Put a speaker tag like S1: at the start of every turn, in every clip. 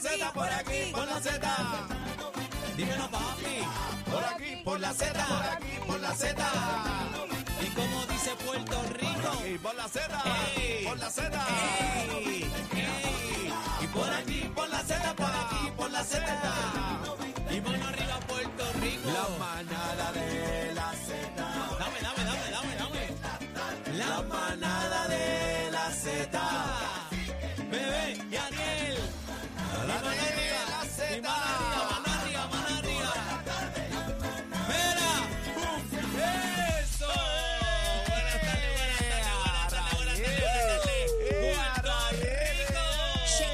S1: Z, por aquí, por la Z. Dímelo, papi. Por aquí, por la Z. Por aquí, por la Z. Y como dice Puerto Rico.
S2: Y por la Z,
S1: Ey.
S2: por la Z.
S1: ey, ey. Y por aquí, por la Z, por aquí, por la Z. Y mano arriba, Puerto Rico.
S2: La manada de la Z.
S1: Dame, dame, dame, dame, dame.
S2: La manada de la Z.
S1: Bebé y Ariel.
S2: La manada de la
S1: Y mano arriba,
S2: Z.
S1: mano arriba, mano arriba. Mira. ¡Bum! ¡Eso! Buenas tardes, buenas tardes, buenas tardes, buenas tardes, buenas tardes. Puerto Rico.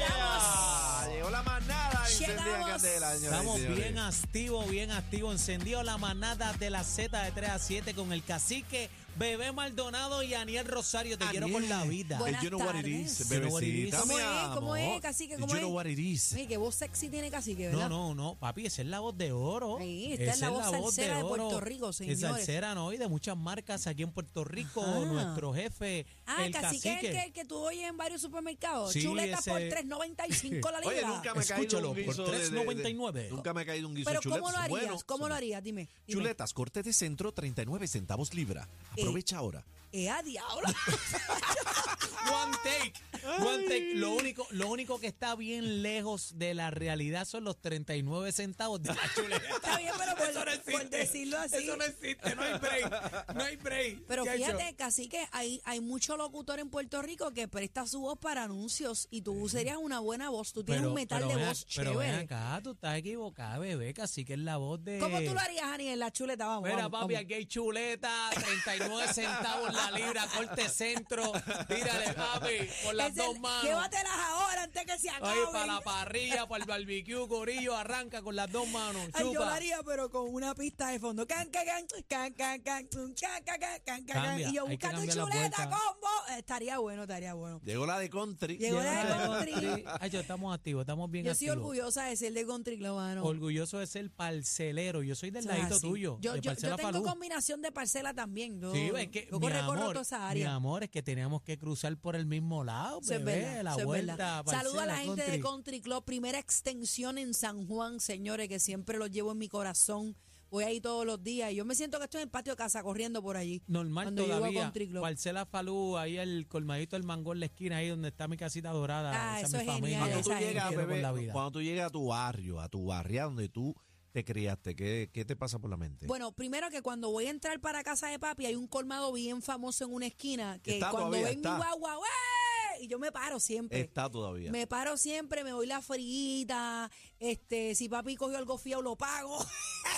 S2: Llegamos. Llegó la manada encendida
S3: Llegamos.
S2: que hace el año.
S1: Estamos
S2: señores.
S1: bien activos, bien activos. Encendió la manada de la Z de 3 a 7 con el cacique Bebé Maldonado y Aniel Rosario. Te quiero por la vida.
S3: Buenas
S2: You know what it is,
S3: tardes.
S1: You know what it is.
S2: bebecita.
S3: ¿Cómo
S2: mi
S3: es? ¿Cómo es,
S2: amor.
S1: Eh,
S3: cacique? ¿Cómo
S2: You know
S3: es?
S2: what it is.
S3: Oye, qué voz sexy tiene Cacique,
S1: No,
S3: ¿verdad?
S1: no, no, papi, esa es la voz de oro.
S3: Ahí, esta es la voz salsera de Puerto Rico,
S1: Es
S3: señores.
S1: salsera, ¿no? Y de muchas marcas aquí en Puerto Rico,
S3: Ajá.
S1: nuestro jefe,
S3: Ah,
S1: el
S3: cacique,
S1: cacique.
S3: es el que, el que tú oyes en varios supermercados.
S1: Sí,
S3: Chuleta por
S1: ese-
S3: 3.95 la libra.
S2: Oye, nunca me he caído
S1: Escúchalo,
S2: un
S1: por
S2: guiso de- de- de-
S1: 3.99.
S2: Nunca me he caído un guiso
S3: Pero
S2: de
S3: ¿cómo
S2: chuletas.
S3: lo harías?
S2: Bueno,
S3: ¿Cómo lo harías? Dime. dime.
S2: Chuletas, corte de centro, 39 centavos libra.
S3: Eh.
S2: Aprovecha ahora.
S3: Eh, a diablo.
S1: One take, one take. Lo único, lo único que está bien lejos de la realidad son los 39 centavos de la chuleta.
S3: Está bien, pero por,
S1: Eso no existe.
S3: por decirlo así.
S1: Eso no existe, no hay break, no hay break.
S3: Pero
S1: ¿Qué ha hecho?
S3: fíjate, cacique, hay, hay mucho locutor en Puerto Rico que presta su voz para anuncios y tú serías una buena voz. Tú tienes un metal de
S1: ven
S3: voz
S1: ac- Pero ven
S3: chévere.
S1: acá, tú estás equivocada, bebé, casi que es la voz de...
S3: ¿Cómo tú lo harías, Aniel? La chuleta, vamos.
S1: Mira,
S3: vamos,
S1: papi,
S3: vamos.
S1: aquí hay chuleta, 39 centavos la libra, corte centro, tírale, papi, por las
S3: Es el-
S1: dos manos.
S3: Llévatelas ahora antes que se acabe.
S1: Ahí para la parrilla, para el barbecue, corillo, arranca con las dos manos,
S3: Ay, yo lo
S1: chupa.
S3: haría, pero con una pista de fondo. Can, can, can, can, can, can, can, can, can, can, can, can.
S1: Cambia,
S3: Y yo
S1: hay que
S3: buscando
S1: cambiar la
S3: chuleta,
S1: vuelta.
S3: combo. Eh, Estaría bueno, estaría bueno.
S2: Llegó la de country.
S3: Llegó la de
S1: Llévatelo,
S3: country.
S1: country. Ay, yo estamos activos, estamos bien
S3: Yo soy
S1: activos.
S3: orgullosa de ser de country club, mano.
S1: Orgulloso de ser parcelero, yo soy del
S3: Eso es
S1: ladito
S3: así.
S1: tuyo.
S3: Yo,
S1: de
S3: yo,
S1: Parcela
S3: yo tengo
S1: Falú.
S3: combinación de parcela también. Yo,
S1: Sí, es que
S3: yo
S1: mi
S3: recorro
S1: amor,
S3: toda esa
S1: mi
S3: área.
S1: amor, es que teníamos que cruzar por el mismo lado,
S3: Eso es
S1: bebé,
S3: verdad,
S1: la
S3: eso es
S1: vuelta.
S3: verdad. Saludo a la
S1: parcela,
S3: gente de
S1: country.
S3: Country Club, primera extensión en San Juan, señores, que siempre los llevo en mi corazón. Voy ahí todos los días y yo me siento que estoy en el patio de casa corriendo por allí.
S1: Normal
S3: cuando llego a
S1: todavía.
S3: Country Club.
S1: Parcela Falú, ahí el colmadito del mangón, la esquina, ahí donde está mi casita dorada.
S3: Ah,
S1: esa
S3: eso
S1: es mi
S3: es
S1: familia.
S3: genial,
S2: Cuando tú,
S3: esa es.
S2: llegas,
S1: Quiero con
S2: bebé,
S1: la vida.
S2: cuando tú llegas a tu barrio, a tu barrio donde tú te criaste, ¿qué, qué te pasa por la mente?
S3: Bueno, primero que cuando voy a entrar para casa de papi hay un colmado bien famoso en una esquina que
S2: Está
S3: cuando
S2: todavía,
S3: ven
S2: está.
S3: mi guagua, ¡wey! y yo me paro siempre.
S2: Está todavía.
S3: pues, Me paro siempre, me voy la frita, este, si papi cogió algo fiado lo pago.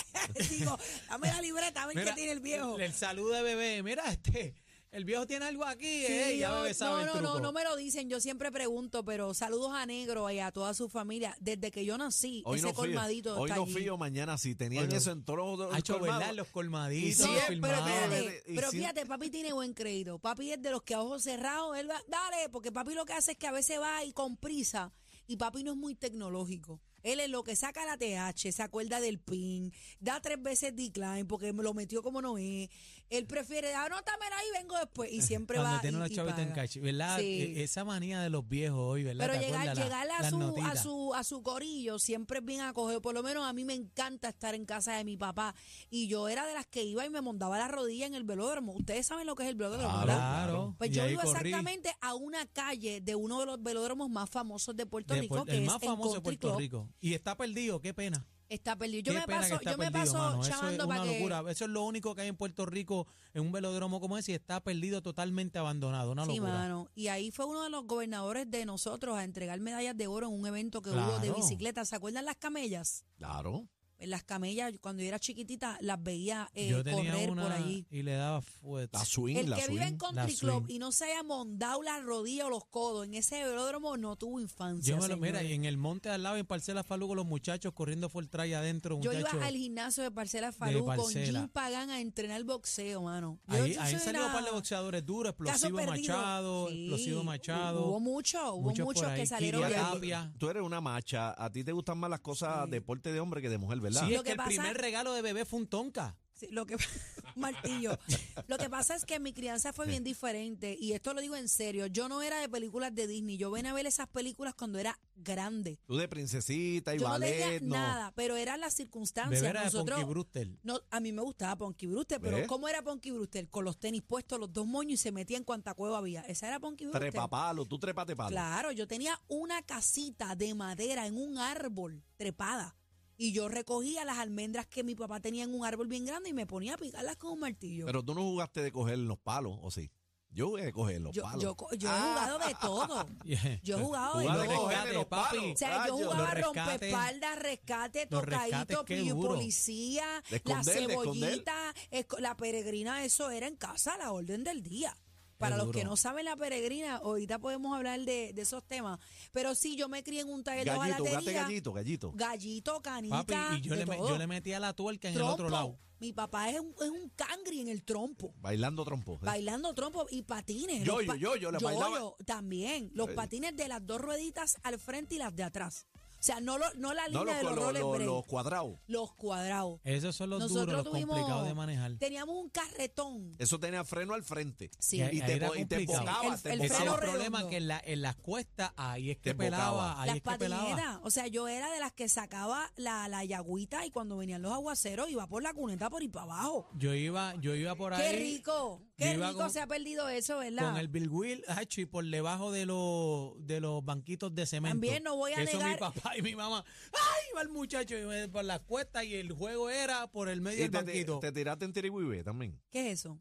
S3: Digo, dame la libreta, a ver
S1: Mira,
S3: qué tiene el viejo.
S1: El saludo de bebé. Mira, este, el viejo tiene algo aquí,
S3: Sí,
S1: eh, ya
S3: yo-
S1: bebé sabe el
S3: no, no,
S1: truco.
S3: no, no me lo dicen, yo siempre pregunto, pero saludos a Negro y a toda su familia. Desde que yo nací,
S2: hoy
S3: ese
S2: no
S3: colmadito
S2: fío, hoy
S3: está
S2: no
S3: allí.
S2: fío mañana si tenían
S1: Oye,
S2: eso en todos los
S1: Ha hecho
S2: colmados.
S1: verdad los colmaditos.
S2: Y
S1: los
S2: siempre
S1: filmados.
S2: te-
S3: Fíjate,
S2: Pero- y
S3: pero
S2: si-
S3: fíjate, papi tiene buen crédito. Papi es de los que a ojos cerrados, él va, dale, porque papi lo que hace es que a veces va y con prisa, y papi no es muy tecnológico. Él es lo que saca la TH, se acuerda del PIN, da tres veces decline porque me lo metió como no es. Él prefiere, anótamela ahí, vengo después. Y siempre
S1: Cuando
S3: va.
S1: tiene
S3: y-
S1: una
S3: y
S1: chavita en
S3: paga.
S1: cash, ¿verdad?
S3: Sí.
S1: E- Esa manía de los viejos hoy, ¿verdad?
S3: Pero
S1: ¿Te
S3: llegar,
S1: acuerdas? La-
S3: llegar a,
S1: las
S3: su, a,
S1: notitas.
S3: su, a su corillo siempre es bien acogido. Por lo menos a mí me encanta estar en casa de mi papá. Y yo era de las que iba y me montaba la rodilla en el velódromo. Ustedes saben lo que es el velódromo, ¿verdad?
S1: Claro.
S3: Pues
S1: y
S3: yo
S1: ahí
S3: vivo
S1: corrí.
S3: exactamente a una calle de uno de los velódromos más famosos de Puerto
S1: De
S3: Rico,
S1: Puer-
S3: que
S1: el
S3: es
S1: más
S3: el
S1: famoso de
S3: Country
S1: Puerto
S3: Club.
S1: Rico. Y está perdido, qué pena.
S3: Está perdido. Yo
S1: Qué
S3: me
S1: pena que
S3: paso,
S1: está
S3: yo me
S1: perdido,
S3: paso
S1: mano. Eso es
S3: chamando
S1: una
S3: para que...
S1: locura. Eso es lo único que hay en Puerto Rico, en un velódromo como ese, y está perdido, totalmente abandonado. Una
S3: Sí,
S1: locura.
S3: mano. Y ahí fue uno de los gobernadores de nosotros a entregar medallas de oro en un evento que hubo de
S1: Claro.
S3: bicicletas. ¿Se acuerdan las camellas?
S2: Claro.
S3: las camellas, yo cuando yo era chiquitita, las veía eh,
S1: Yo tenía
S3: correr
S1: una
S3: por allí.
S1: y le daba fuerte.
S2: La swing,
S3: El
S2: la
S3: que
S2: swing.
S3: vive en Country
S1: la
S3: Club
S1: swing.
S3: y no se haya mondado la rodilla o los codos en ese velódromo no tuvo infancia.
S1: Yo me lo, mira,
S3: señores.
S1: y en el monte al lado, en Parcela Falú, con los muchachos corriendo full try adentro.
S3: Yo iba
S1: muchachos.
S3: al gimnasio de Parcela Falú con
S1: Parcela.
S3: Jim Pagán a entrenar boxeo, mano. Yo
S1: Ahí,
S3: yo
S1: ahí
S3: soy
S1: salió un
S3: una-
S1: par de boxeadores duros,
S3: caso
S1: explosivo
S3: perdido.
S1: Machado,
S3: Sí,
S1: explosivo Machado.
S3: Hubo mucho, hubo
S1: muchos
S3: muchos,
S1: por ahí,
S3: que salieron
S1: Kiri
S3: de ahí.
S1: Tapia.
S2: Tú eres una macha. A ti te gustan más las cosas deporte de hombre que de mujer, ¿verdad?
S1: Sí, es
S3: Lo
S1: que
S3: que
S1: el
S3: pasa-
S1: primer regalo de bebé fue un tonka.
S3: Sí, lo que martillo. Lo que pasa es que mi crianza fue bien diferente y esto lo digo en serio. Yo no era de películas de Disney. Yo venía a ver esas películas cuando era grande.
S2: Tú de princesita y
S3: Yo no leía
S2: ballet, no.
S3: nada, pero eran las
S1: De
S3: circunstancias.
S1: veras, de
S3: Nosotros,
S1: Punky Brewster.
S3: no, a mí me gustaba Ponky Brewster, pero
S2: ¿Ves?
S3: ¿cómo era Ponky Brewster? Con los tenis puestos, los dos moños y se metía en cuanta cueva había. Esa era Ponky Brewster.
S2: Trepa palo, tú trepate palo.
S3: Claro, yo tenía una casita de madera en un árbol trepada. Y yo recogía las almendras que mi papá tenía en un árbol bien grande y me ponía a picarlas con un martillo.
S2: Pero tú no jugaste de coger los palos, ¿o sí? Yo jugué de coger los
S3: yo,
S2: palos.
S3: yo co- yo he
S2: Ah.
S3: jugado de todo.
S1: Yeah.
S3: Yo he jugado de
S2: Jugaba de
S1: Jugar de
S3: todo.
S2: coger
S1: rescate,
S2: los
S1: papi.
S2: palos.
S3: O sea, yo
S2: Rayos.
S3: jugaba
S1: Los rescates.
S3: rompespaldas, rescate,
S1: Los rescates,
S3: tocadito,
S1: qué
S3: pillo
S1: duro.
S3: policía,
S2: De
S3: la
S2: esconder, de
S3: cebollita, esco- la peregrina, eso era en casa, la orden del día. Para los que
S1: duro.
S3: no saben la peregrina, ahorita podemos hablar de, de esos temas. Pero sí, yo me crié en un taller
S2: Gallito,
S3: de
S2: jugaste
S3: galatería.
S2: gallito, gallito.
S3: Gallito, canita,
S1: Papi, y yo
S3: de
S1: le, me-
S3: todo.
S1: yo le metía la tuerca en el otro
S3: Trompo.
S1: lado.
S3: Mi papá es un, es un cangri en el trompo.
S2: Bailando trompo. ¿eh?
S3: Bailando trompo y patines.
S2: Yo-yo,
S3: Los pa-
S2: yo-yo, le bailaba.
S3: yo-yo también. Los
S2: Ay.
S3: patines de las dos rueditas al frente y las de atrás. O sea, no, lo- no la línea
S2: No, los,
S3: de los
S2: los-
S3: roller
S2: los-
S3: blades,
S2: los cuadrados.
S3: los cuadrados.
S1: Esos son los duros, los complicados de manejar.
S3: Teníamos un carretón.
S2: Eso tenía freno al frente.
S3: Sí.
S1: Y ahí
S2: Y te,
S1: era
S2: po- y te
S1: complicado.
S2: embocaba,
S3: El-
S2: te
S3: el
S1: Ese es
S2: embocaba.
S3: freno
S1: el problema
S3: redondo.
S1: que en, la- en las cuestas ahí es
S2: Te
S1: que
S2: embocaba.
S1: pelaba, ahí
S3: Las
S1: es que pelaba.
S3: patinetas. O sea, yo era de las que sacaba la, la yagüita y cuando venían los aguaceros iba por la cuneta por ir para abajo.
S1: Yo iba, yo iba por
S3: Qué
S1: ahí
S3: rico. Qué
S1: iba
S3: rico
S1: con-
S3: se ha perdido eso, ¿verdad?
S1: con el Bill Will, hacho, y por debajo de los de los banquitos de cemento.
S3: También no voy a
S1: Eso
S3: negar-
S1: mi papá y mi mamá. Ay, iba el muchacho y me- por las cuestas y el juego era por el medio
S2: Y
S1: del
S2: te,
S1: banquito.
S2: te tiraste en Tirigüibe también.
S3: ¿Qué es eso?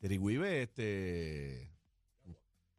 S2: Tirigüibe, este.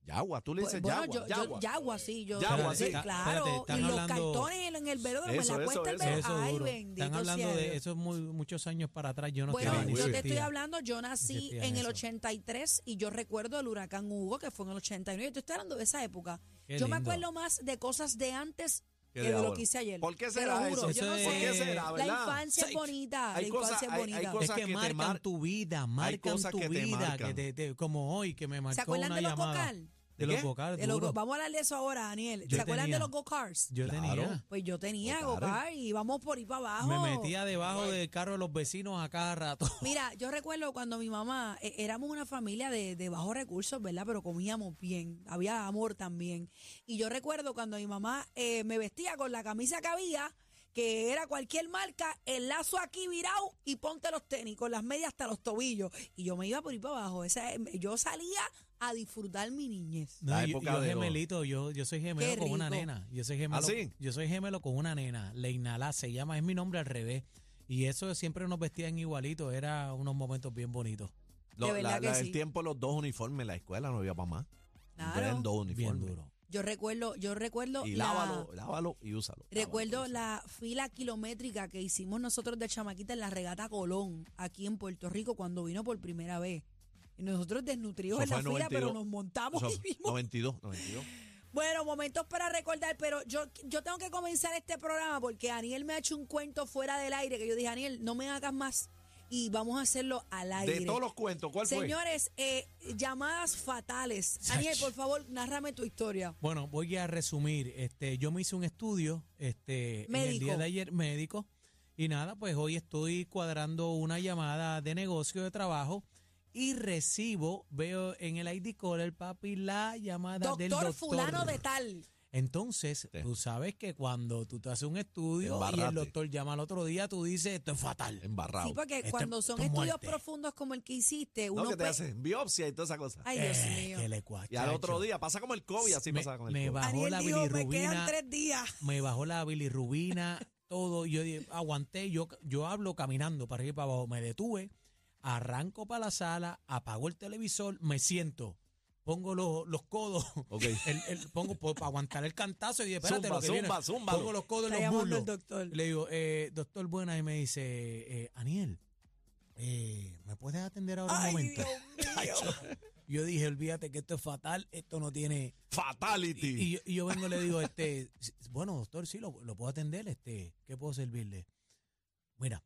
S2: Yagua, tú le dices
S3: Pues, Bueno,
S2: yagua.
S3: yo- yo-
S2: yagua.
S3: yagua, sí. Yo,
S2: Yagua,
S3: sí,
S2: sí.
S3: Claro.
S1: Espérate, están
S3: y los
S1: hablando-
S3: cartones en, en el velódromo,
S2: Eso,
S3: en la
S2: eso,
S3: cuesta del
S2: eso,
S3: velódromo.
S1: eso es
S3: Ay,
S1: duro.
S3: bendito
S1: Están hablando
S3: sea Dios.
S1: de eso es muy, muchos años para atrás. Yo no
S3: Bueno,
S1: estaba ni
S2: Tirigüibe.
S3: yo te estoy
S1: existía.
S3: hablando, yo nací
S1: existía
S3: en el
S1: eso.
S3: 83 y yo recuerdo el huracán Hugo, que fue en el 89. Yo te estoy hablando de esa época.
S1: Qué
S3: yo me
S1: lindo.
S3: acuerdo más de cosas de antes
S2: Que
S3: que
S2: de
S3: de lo
S2: ahora.
S3: que hice ayer.
S2: ¿Por qué
S3: Te
S2: será
S3: lo juro,
S2: eso?
S3: Yo no
S1: Eso
S3: sé.
S1: es-
S2: ¿Por qué será,
S3: la
S2: verdad?
S3: infancia es
S2: Sí.
S3: bonita.
S2: Hay
S3: la
S2: cosas-
S3: infancia
S2: hay-
S3: es
S2: hay
S3: bonita.
S2: cosas
S1: es que,
S2: que te
S1: marcan
S2: mar-
S1: tu vida, marcan
S2: cosas
S1: tu
S2: que te
S1: vida, que
S2: marcan.
S1: te- te- como hoy que me marcó
S3: ¿Se acuerdan
S1: una
S3: de los
S1: llamada.
S3: go-kart?
S1: De
S2: ¿De
S1: los
S2: qué?
S1: go-kart,
S3: De los
S1: duro.
S3: go- Vamos a hablar de eso ahora, Daniel.
S1: Yo
S3: ¿Se acuerdan
S1: tenía-
S3: de los go-karts?
S1: Yo
S2: Claro.
S1: tenía.
S3: Pues yo tenía
S2: Claro.
S3: go-kart y íbamos por ahí para abajo.
S1: Me metía debajo del carro de los vecinos a cada rato.
S3: Mira, yo recuerdo cuando mi mamá, eh, éramos una familia de, de bajos recursos, ¿verdad? Pero comíamos bien, había amor también. Y yo recuerdo cuando mi mamá eh, me vestía con la camisa que había, que era cualquier marca, el lazo aquí virado y ponte los tenis, con las medias hasta los tobillos. Y yo me iba por ahí para abajo. Esa, es- yo salía a disfrutar mi niñez.
S1: No,
S2: La
S1: yo,
S2: época
S1: yo
S2: de los-
S1: gemelito, yo, yo soy gemelo
S3: Qué
S1: con una
S3: rico.
S1: nena. Yo soy gemelo,
S2: ¿Ah, sí?
S1: yo soy gemelo con una nena, Leinalá se llama, es mi nombre al revés. Y eso siempre nos vestían igualito, era unos momentos bien bonitos.
S2: Lo-
S3: De verdad
S2: la-
S3: que
S2: la-
S3: sí.
S2: El tiempo, los dos uniformes en la escuela, no había para más.
S3: Claro.
S2: Eran dos
S1: Bien
S2: uniformes.
S1: duro.
S3: Yo recuerdo, yo recuerdo
S2: Y
S3: la-
S2: lávalo, lávalo y úsalo. Lávalo
S3: Recuerdo
S2: y úsalo.
S3: la fila kilométrica que hicimos nosotros de chamaquita en la regata Colón, aquí en Puerto Rico, cuando vino por primera vez. Y nosotros desnutridos
S2: Eso
S3: en la
S2: fue en
S3: fila,
S2: 92.
S3: pero nos montamos
S2: Eso-
S3: y vimos.
S2: 92, 92.
S3: Bueno, momentos para recordar, pero yo, yo tengo que comenzar este programa porque Daniel me ha hecho un cuento fuera del aire que yo dije, Daniel, no me hagas más y vamos a hacerlo al aire.
S2: De todos los cuentos, ¿cuál fue?
S3: Señores, eh, llamadas fatales. Daniel, por favor, narrame tu historia.
S1: Bueno, voy a resumir. Este, yo me hice un estudio este, en el
S3: Médico.
S1: día de ayer, médico. Y nada, pues hoy estoy cuadrando una llamada de negocio de trabajo y recibo, veo en el ID caller, papi, la llamada del
S3: Doctor
S1: doctor.
S3: fulano de tal.
S1: Entonces,
S2: Sí.
S1: tú sabes que cuando tú te haces un estudio y el
S2: Embarrate.
S1: doctor llama al otro día, tú dices, esto es fatal.
S2: Embarrado.
S3: Sí, porque
S1: Este
S3: cuando son
S1: tu
S3: estudios
S1: muerte.
S3: profundos como el que hiciste, uno
S2: no, que te
S3: pe-
S2: hacen biopsia y toda esa cosa.
S3: Ay, Dios
S1: Eh,
S3: mío.
S1: que le cuacha,
S2: y al otro
S1: hecho.
S2: día, pasa como el COVID, así
S1: Me-
S2: pasaba con el
S1: me
S2: COVID.
S1: bajó
S3: Daniel
S1: la
S3: dijo, me
S1: bilirrubina".
S3: quedan tres días.
S1: me bajó la bilirrubina, todo. Yo di- aguanté, yo, yo hablo caminando para arriba y para abajo. Me detuve, arranco para la sala, apago el televisor, me siento, pongo los, los codos.
S2: Ok.
S1: el- el- pongo po- para aguantar el cantazo y dije, espérate,
S2: Zumba,
S1: lo que
S2: zumba,
S1: viene".
S2: zúmbalo.
S1: Pongo los codos
S3: Está
S1: en los
S3: llamando
S1: muslos.
S3: el doctor.
S1: Le digo, eh, doctor, buena, y me dice, eh, Aniel, eh, ¿me puedes atender ahora
S3: Ay,
S1: un momento?
S3: Dios
S1: Ay, yo, yo dije, olvídate que esto es fatal, esto no tiene...
S2: Fatality.
S1: Y, y yo, y yo vengo y le digo, este, s- bueno, doctor, sí, lo, lo puedo atender, este, ¿qué puedo servirle? Mira,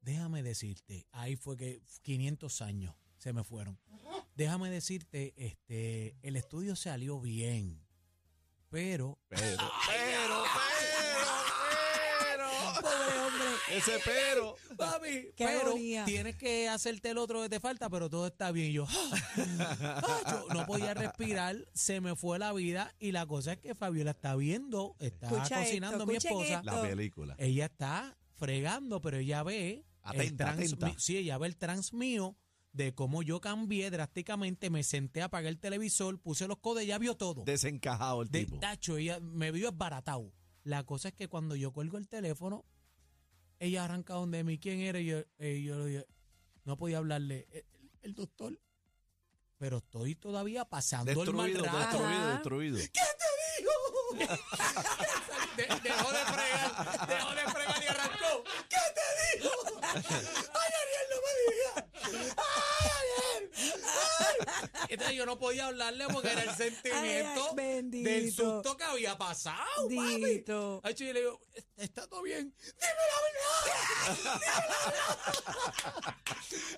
S1: déjame decirte, ahí fue que 500 años se me fueron. Déjame decirte, este, el estudio salió bien, pero
S2: Pero, pero, pero, pero.
S3: Pobre hombre.
S2: Ese pero.
S1: Papi,
S3: Qué
S1: pero
S3: agonía.
S1: tienes que hacerte el otro que te falta, pero todo está bien. Y yo, ah, ah, yo no podía respirar, se me fue la vida. Y la cosa es que Fabiola está viendo, está
S3: Escucha
S1: cocinando
S3: esto,
S1: mi
S3: escuchen
S1: esposa.
S3: esto.
S2: La película.
S3: Eh,
S1: Ella está fregando, pero ella ve. el
S2: Atenta,
S1: trans
S2: atenta.
S1: mi- Sí, ella ve el trans mío de cómo yo cambié drásticamente. Me senté a apagar el televisor, puse los codos, ella vio
S3: oh.
S1: todo.
S2: Desencajado el
S1: De
S2: tipo.
S1: tacho, ella me vio esbaratado. La cosa es que cuando yo cuelgo el teléfono, ella arranca donde mí, ¿quién era? Y yo, eh, yo le dije, no podía hablarle, "El- el, el doctor. Pero estoy todavía pasando el
S2: Destruido,
S1: mal rato.
S2: destruido,
S3: Ajá.
S2: destruido.
S1: De- dejó de fregar, dejó de fregar y arrancó. ¿Qué te dijo? ¡Ay, Ariel, no me digas! ¡Ay, Ariel! ¡Ay! Entonces yo no podía hablarle porque era el sentimiento
S3: Ay, ay, bendito.
S1: del susto que había pasado, papi.
S3: Dito.
S1: Ay, chico, yo le digo, ¿está todo bien? ¡Dime la verdad! ¡Dime la verdad!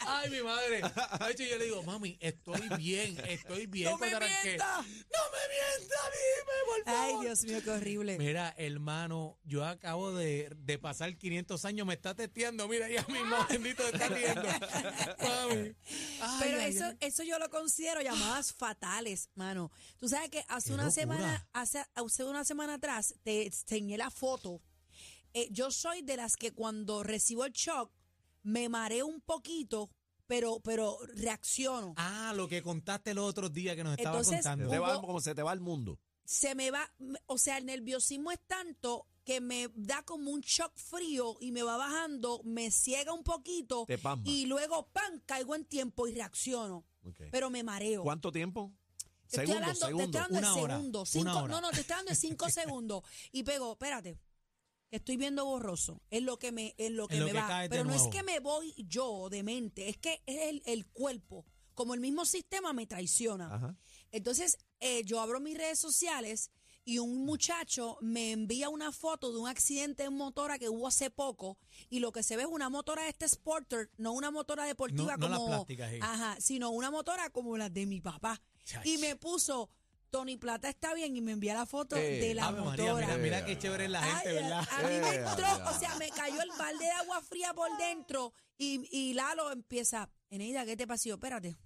S1: Ay, mi madre. Ay, chico, yo le digo, mami, estoy bien, estoy bien.
S3: ¡No me
S1: cuando arranqué.
S3: mientas!
S1: ¡No me mientas! ¡Dime, por favor!
S3: Ay, Dios mío, qué horrible.
S1: Mira, hermano, yo acabo de, de pasar 500 años, me está testeando, mira, ella
S3: Ah.
S1: misma, bendito, está riendo. Mami. Ay,
S3: Pero
S1: ay,
S3: eso,
S1: ay.
S3: eso yo lo considero llamadas fatales, mano. Tú sabes que hace
S1: Qué
S3: una
S1: locura.
S3: semana, hace, hace una semana atrás, te enseñé la foto. Eh, yo soy de las que cuando recibo el shock me mareo un poquito, pero, pero reacciono.
S1: Ah, lo que contaste los otros días que nos estaba
S3: Entonces,
S2: Se
S1: contando.
S2: te va,
S3: Hubo-
S2: como se te va el mundo.
S3: Se me va, o sea, el nerviosismo es tanto que me da como un shock frío y me va bajando, me ciega un poquito
S2: Te pasma.
S3: y luego, ¡pam!, caigo en tiempo y reacciono,
S2: Ok.
S3: pero me mareo.
S2: ¿Cuánto tiempo? Segundos,
S3: Te estoy hablando, te
S2: segundos.
S3: estoy dando
S1: Una
S3: el
S1: hora,
S3: segundo.
S1: una
S3: cinco-
S1: hora.
S3: No, no, te estoy dando el cinco segundos. Y pego, espérate, que estoy viendo borroso. Es lo que me, es lo que
S1: lo
S3: me
S1: que
S3: va.
S1: caes de
S3: Pero no es
S1: nuevo.
S3: que me voy yo de mente, es que es el, el cuerpo. Como el mismo sistema me traiciona.
S2: Ajá.
S3: Entonces, eh, yo abro mis redes sociales y un muchacho me envía una foto de un accidente en motora que hubo hace poco y lo que se ve es una motora de este Sporter, no una motora deportiva
S1: No- no las
S3: como
S1: plásticas, sí.
S3: ajá, sino una motora como las de mi papá.
S1: Chach.
S3: Y me puso Tony Plata está bien y me envía la foto
S2: Eh,
S3: de la
S1: Ave
S3: motora.
S1: María, mira, mira qué chévere es la gente,
S3: Ay, ah,
S1: ¿verdad?
S3: A mí me
S2: Eh,
S3: entró,
S2: ya.
S3: o sea, me cayó el balde de agua fría por dentro y, y Lalo empieza, Eneida, ¿qué te pasó? Y yo, Espérate,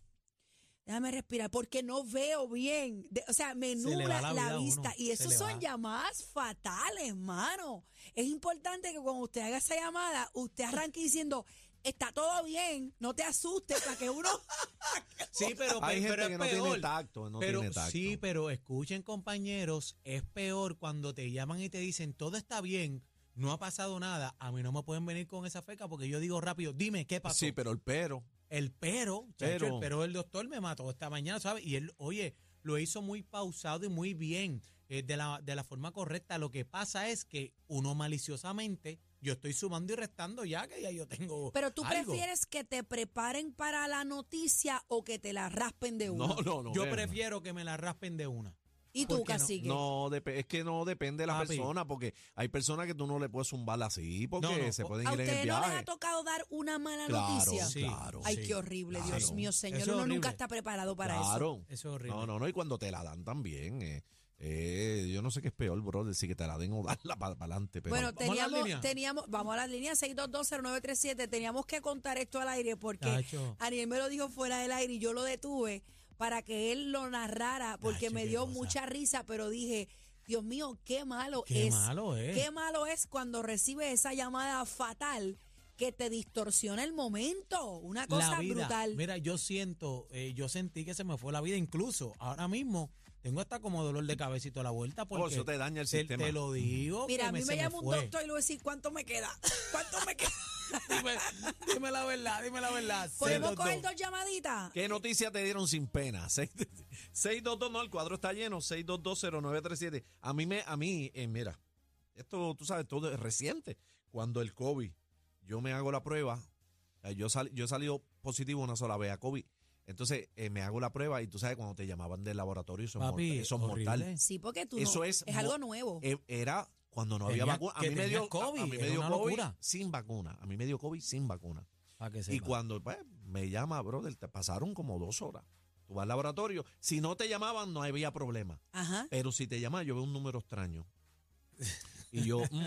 S3: déjame respirar porque no veo bien. De- o sea, me
S1: Se le
S3: nubla
S1: va la
S3: la,
S1: vida a uno,
S3: vista y
S1: se
S3: eso
S1: le
S3: son
S1: va.
S3: llamadas fatales, hermano. Es importante que cuando usted haga esa llamada, usted arranque diciendo, está todo bien, no te asustes para que uno... oh.
S1: Sí, pero,
S2: Hay
S1: pe-
S2: gente
S1: pero
S2: que
S1: es
S2: no
S1: peor.
S2: tiene tacto, no
S1: pero,
S2: tiene tacto.
S1: Sí, pero escuchen compañeros, es peor cuando te llaman y te dicen todo está bien, no ha pasado nada, a mí no me pueden venir con esa feca porque yo digo rápido, dime qué pasó.
S2: Sí, pero el pero.
S1: El pero, chacho,
S2: Pero.
S1: el pero del doctor me mató esta mañana, ¿sabes? Y él, oye, lo hizo muy pausado y muy bien, eh, de, la, de la forma correcta. Lo que pasa es que uno maliciosamente, yo estoy sumando y restando ya que ya yo tengo.
S3: Pero tú
S1: algo.
S3: prefieres que te preparen para la noticia o que te la raspen de uno.
S2: No, no, no.
S1: Yo
S2: ven.
S1: prefiero que me la raspen de una.
S3: y
S1: ¿por
S3: tú,
S1: qué no?
S3: cacique.
S2: No, depe- es que no depende de la
S1: Papi.
S2: persona, porque hay personas que tú no le puedes zumbar así, porque
S1: No, no,
S2: se
S1: po-
S2: pueden
S3: ¿A
S2: ir en el
S3: ustedes no les ha
S2: viaje.
S3: tocado dar una mala
S2: Claro,
S3: noticia?
S1: Sí.
S2: claro.
S3: Ay,
S1: sí,
S3: qué horrible, Dios
S2: claro.
S3: mío, señor.
S1: Eso es
S3: Uno
S1: horrible.
S3: nunca está preparado para eso.
S2: claro.
S1: Eso es horrible.
S2: No, no, no, y cuando te la dan también. eh, eh, yo no sé qué es peor, bro, decir que te la den o darla para adelante. Pero
S3: Bueno,
S1: Vamos a las
S3: teníamos,
S1: líneas.
S3: teníamos, vamos a las líneas 6220937, teníamos que contar esto al aire porque
S1: Tacho.
S3: Ariel me lo dijo fuera del aire y yo lo detuve para que él lo narrara porque
S1: Tacho,
S3: me
S1: qué
S3: dio
S1: cosa.
S3: mucha risa, pero dije, Dios mío, qué malo
S1: Qué
S3: es.
S1: malo es.
S3: Qué malo es cuando recibes esa llamada fatal que te distorsiona el momento. Una cosa
S1: la vida.
S3: brutal.
S1: Mira, yo siento, eh, yo sentí que se me fue la vida. Incluso ahora mismo tengo hasta como dolor de cabecito a la vuelta porque
S2: Oh, eso te daña el
S1: te,
S2: sistema.
S1: te lo digo.
S3: Mira,
S1: que
S3: a mí me
S1: se
S3: llama un
S1: fue.
S3: doctor y le voy a decir, ¿cuánto me queda? ¿Cuánto me queda?
S1: dime, dime la verdad, dime la verdad.
S3: ¿Podemos
S1: 022.
S3: coger dos llamaditas?
S1: eh,
S2: ¿Qué noticia te dieron sin pena? 622, no, el cuadro está lleno, 6220937. A mí, me, a mí eh, mira, esto tú sabes, todo es reciente. Cuando el COVID, yo me hago la prueba, eh, yo, sal- yo he salido positivo una sola vez a COVID. Entonces eh, me hago la prueba y tú sabes cuando te llamaban del laboratorio, eso,
S1: Papi,
S2: es, mortal, eso es mortal.
S1: horrible.
S3: Sí, porque tú
S2: Eso
S3: no-
S2: es mo-
S3: algo nuevo.
S2: Eh, Era cuando no había
S1: Tenía-
S2: vacuna. A
S1: que
S2: mí me
S1: tenías
S2: dio
S1: COVID,
S2: a- a mí me
S1: era
S2: dio
S1: una
S2: COVID
S1: locura.
S2: sin vacuna. A mí me dio COVID sin vacuna.
S1: Pa' que
S2: Y
S1: sepa.
S2: cuando pues, me llama, brother, te pasaron como dos horas. Tú vas al laboratorio. Si no te llamaban, no había problema.
S3: Ajá.
S2: Pero si te llamaban, yo veo un número extraño. Y yo, mm,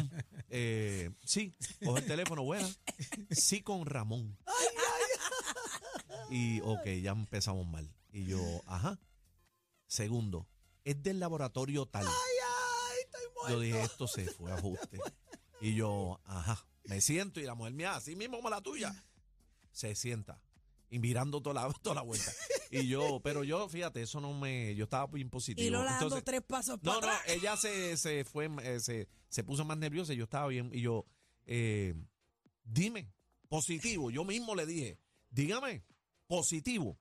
S2: eh, sí, coge el teléfono, buena. Sí, con Ramón. Y, ok, ya empezamos mal. Y yo, ajá. Segundo, es del laboratorio tal. Yo dije, esto se fue a ajuste. Y yo, ajá, me siento y la mujer mía, así mismo como la tuya, se sienta. Y mirando toda la, toda la vuelta. Y yo, pero yo, fíjate, eso no me. Yo estaba bien positivo.
S3: Y Lola dando
S2: Entonces,
S3: tres pasos para
S2: no, no,
S3: atrás.
S2: ella se, se fue, eh, se, se puso más nerviosa y yo estaba bien. Y yo, eh, dime, positivo. Yo mismo le dije, dígame, positivo.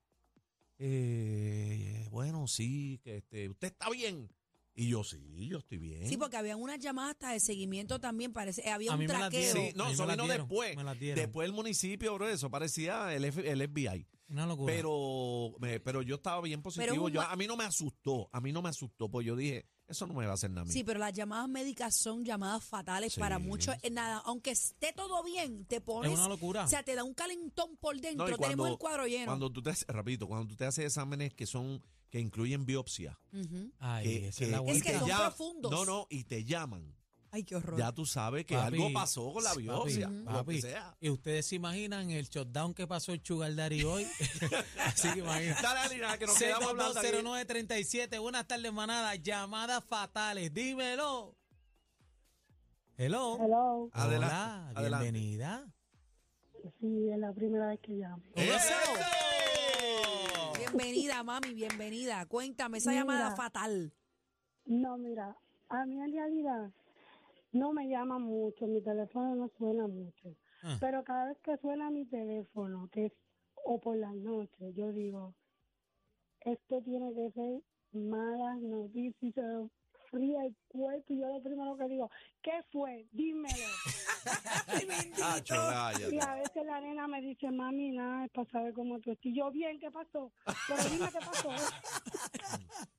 S2: Eh, bueno, sí, que este, usted está bien. Y yo, sí, yo estoy bien.
S3: Sí, porque habían unas llamadas hasta de seguimiento también, parece. Había
S1: A
S3: un
S1: mí me las
S3: traqueo.
S1: dieron.
S2: Sí, no,
S1: A mí me
S2: eso
S1: las
S2: vino
S1: dieron,
S2: después.
S1: me las dieron.
S2: Después el municipio, bro, eso parecía el, F- el FBI.
S1: Una locura.
S2: Pero, me- pero yo estaba bien
S3: Pero es
S2: positivo.
S3: un
S2: Yo,
S3: ma-
S2: a mí no me asustó, a mí no me asustó, pues yo dije, eso no me va a hacer nada a mí.
S3: Sí, pero las llamadas médicas son llamadas fatales
S2: Sí.
S3: para muchos. Eh, Nada, aunque esté todo bien, te pones.
S1: una locura.
S3: O sea, te da un calentón por
S2: No,
S3: dentro.
S2: y
S3: Tenemos el cuadro lleno.
S2: Cuando tú te, haces- repito, cuando tú te haces exámenes que son que incluyen biopsia,
S3: Ujú.
S1: Ay,
S2: que,
S1: esa es la
S2: y
S1: vuelta.
S3: Es que son
S2: llaman-
S3: profundos.
S2: No, no, y te llaman.
S3: Ay, qué horror.
S2: Ya tú sabes que
S1: Papi,
S2: algo pasó con la
S1: papi,
S2: biopsia, lo
S1: papi.
S2: que sea.
S1: Y ustedes se imaginan el shutdown que pasó el Sugar Daddy hoy. Así que imagínate.
S2: Dale, Alina, que nos quedamos hablando aquí.
S1: 6220937, buenas tardes, manada. Llamadas fatales, dímelo. Hello.
S4: Hello,
S2: Adelante,
S1: Hola,
S2: adelante.
S1: bienvenida.
S4: sí, es la primera vez que llamo.
S2: ¡Eso!
S3: Bienvenida, mami, bienvenida. Cuéntame esa
S4: Mira.
S3: llamada fatal.
S4: No, mira, a mí en realidad no me llama mucho, mi teléfono no suena mucho,
S1: Ah.
S4: pero cada vez que suena mi teléfono, que es o por las noches, yo digo, esto tiene que ser malas noticias, se me fría el cuerpo y yo lo primero que digo, ¿qué fue? Dímelo.
S2: Ah, choraya.
S4: Y a veces la nena me dice, mami, nada, es para saber cómo tú estás. Y yo, bien, ¿qué pasó? Pero dime qué pasó.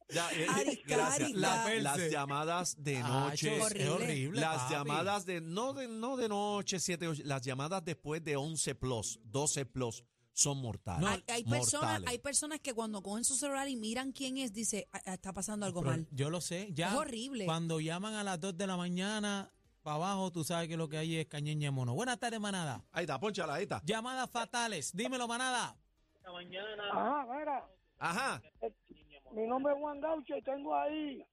S2: Ya, eh,
S3: Arica,
S2: gracias.
S3: arica.
S2: La-
S1: La
S2: las
S1: perse.
S2: llamadas de
S1: Ah,
S2: noche.
S1: es
S3: horrible.
S2: Las
S1: papi.
S2: llamadas de no, de no de noche, 7, 8, las llamadas después de 11 plus, 12 plus, son mortales.
S3: hay, hay personas,
S2: Mortales.
S3: hay personas que cuando cogen su celular y miran quién es, dice, "Ah, ah, está pasando algo
S1: Pero
S3: mal.
S1: Yo lo sé, ya.
S3: Es horrible.
S1: Cuando llaman a las 2 de la mañana, para abajo, tú sabes que lo que hay es cañeña de mono. Buenas tardes, manada.
S2: Ahí está, ponchala, ahí está.
S1: Llamadas fatales, dímelo, manada.
S5: Ajá, mira,
S2: Ajá.
S5: mi nombre es Juan Gaucho y tengo ahí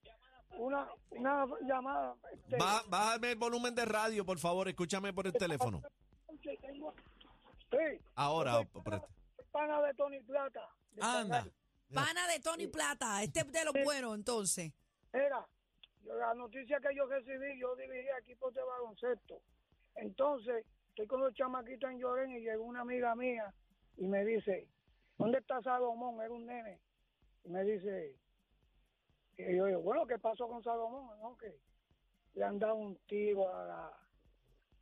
S5: una, una llamada. este,
S2: Ba- bájame el volumen de radio, por favor. Escúchame por el teléfono.
S5: Gaucho, y tengo- sí,
S2: Ahora, este.
S5: yo soy
S2: presta.
S5: pana de Tony Plata. de
S1: Anda.
S5: Canal.
S3: Pana de Tony Plata, este es de los buenos, entonces.
S5: Mira, yo- la noticia que yo recibí, yo dirigía equipos de baloncesto. Entonces, estoy con los chamaquitos en Llorén y llegó una amiga mía y me dice, ¿dónde está Salomón? Era un nene. Y me dice, y yo digo, bueno, ¿qué pasó con Salomón? No, que le han dado un tiro a la,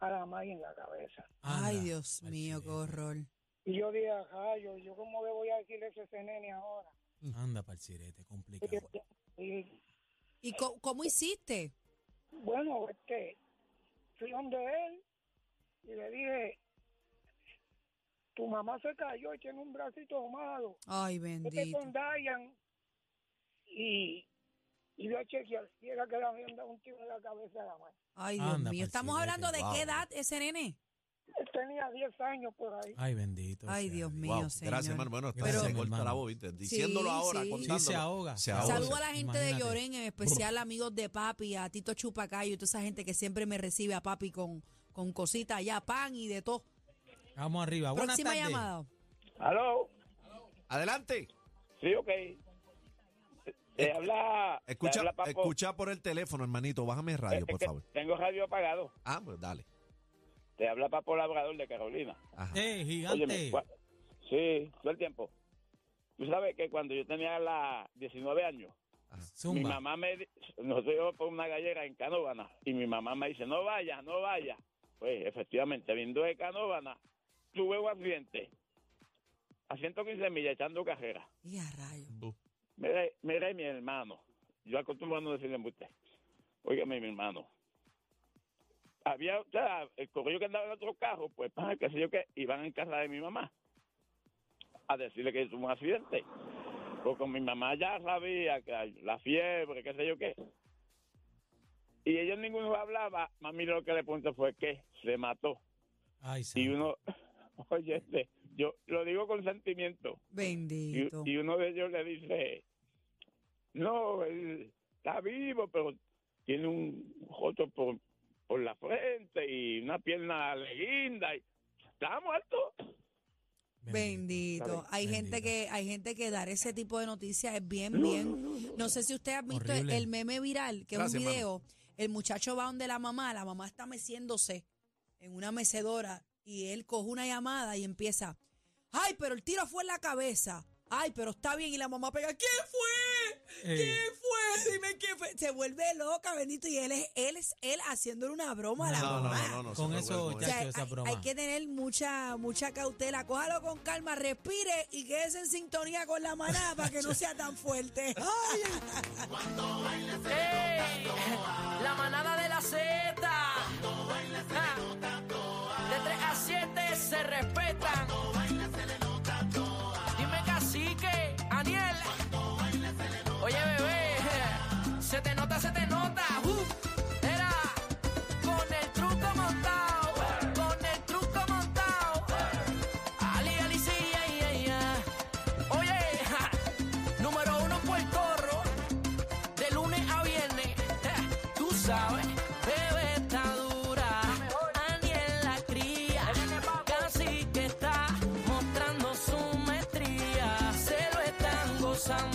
S5: a la May en la cabeza.
S1: Anda.
S3: Ay, Dios mío, qué horror.
S5: Y yo dije, rayo, ¿yo cómo le voy a decir eso a ese nene ahora?
S1: Anda, parcirete, complicado.
S5: Y
S3: ¿Y co- cómo hiciste?
S5: Bueno, este, fui donde él y le dije, tu mamá se cayó y tiene un bracito malo.
S6: Este
S3: Ay,
S5: Vete
S3: bendito.
S5: con Dayan y, y voy a chequear si era que le habían dado un tiro en la cabeza a la madre.
S3: Ay, Dios
S1: Anda,
S3: mío. Estamos
S1: parcilete,
S3: hablando de
S2: wow.
S3: qué edad ese nene.
S5: Él tenía 10 años por ahí.
S1: Ay, bendito.
S3: Ay,
S1: sea
S3: Dios
S1: Dios.
S3: mío,
S2: Wow,
S3: señor.
S2: gracias, hermano. Bueno, hasta
S1: Pero-
S2: se corta
S1: hermano.
S2: la voz, ¿viste? Diciéndolo
S3: Sí,
S2: ahora,
S3: sí.
S2: contándolo.
S1: Sí, se ahoga.
S2: Se ahoga.
S3: Saludo a la gente de
S1: Imagínate.
S3: Llorén, en especial amigos de papi, a Tito Chupacayo y toda esa gente que siempre me recibe a papi con, con cositas allá, pan y de todo.
S1: Vamos arriba. Buenas
S3: Próxima
S1: tardes.
S3: llamada.
S6: Aló,
S2: Adelante.
S6: sí, ok. Te habla. te
S2: Escucha,
S6: habla Papo. Eh,
S2: escucha por el teléfono, hermanito. Bájame el
S6: Es
S2: radio, por
S6: que
S2: favor.
S6: Tengo radio apagado.
S2: Ah, pues dale.
S6: Te habla Papo Labrador de Carolina.
S2: Ajá.
S1: Eh, gigante.
S6: Óyeme, cua- sí, todo el tiempo. Tú sabes que cuando yo tenía la 19 años,
S1: Zumba.
S6: mi mamá me. di- Nosotros íbamos por una gallera en Canóvana y mi mamá me dice: no vayas, no vayas. Pues efectivamente, viendo de Canóvana, tuve un accidente a 115 millas echando carrera.
S3: Y a rayo.
S2: Bu.
S6: Mira, mira, mi hermano. Yo acostumbro a no decirle embuste. Óigame, mi hermano. Había, o sea, el correo que andaba en otro carro, pues, para qué sé yo qué, iban en casa de mi mamá a decirle que tuvo un accidente. Porque mi mamá ya sabía que la fiebre, qué sé yo qué. Y ellos ninguno hablaba. Mami lo que le preguntó fue que se mató.
S1: Ay,
S6: Y
S1: santo.
S6: uno, oye, este, yo lo digo con sentimiento. Y,
S3: Bendito.
S6: y uno de ellos le dice, no, él está vivo, pero tiene un joto por, por la frente y una pierna leguinda. y- ¿Está muerto?
S3: Bendito.
S6: Está
S3: Hay
S1: Bendito.
S3: gente que hay gente que dar ese tipo de noticias es bien bien. No sé si usted ha visto
S1: Horrible.
S3: el meme viral, que
S2: Gracias,
S3: es
S2: mano.
S3: un video, el muchacho va donde la mamá, la mamá está meciéndose en una mecedora y él coge una llamada y empieza, "Ay, pero el tiro fue en la cabeza." Ay, pero está bien y la mamá pega, "¿Quién fue?
S1: Eh,
S3: ¿Quién fue? Dime quién fue." Se vuelve loca, Benito, y él es él es él haciéndole una broma a la
S2: No, no,
S3: mamá.
S2: no, no, no,
S1: Con
S2: se
S1: eso
S2: preocupe,
S3: O sea,
S1: Chacho, esa
S3: hay,
S1: broma.
S3: hay que tener mucha mucha cautela. Cójalo con calma, respire y quédese en sintonía con la manada para que no sea tan fuerte.
S7: ¡Ey! La manada de la Z. Ah. De 3 a 7 se respetan. Dime cacique, Aniel. Oye, bebé. Se te nota, se te nota. Uh, era con el truco montado. Con el truco montado. Ali, ali, sí, ay, ay, ay. Oye, ja, número uno en Puerto Rico de lunes a viernes. eh, Tú sabes, bebé está dura. Aniel la cría. Casi que está mostrando su maestría. Se lo están gozando.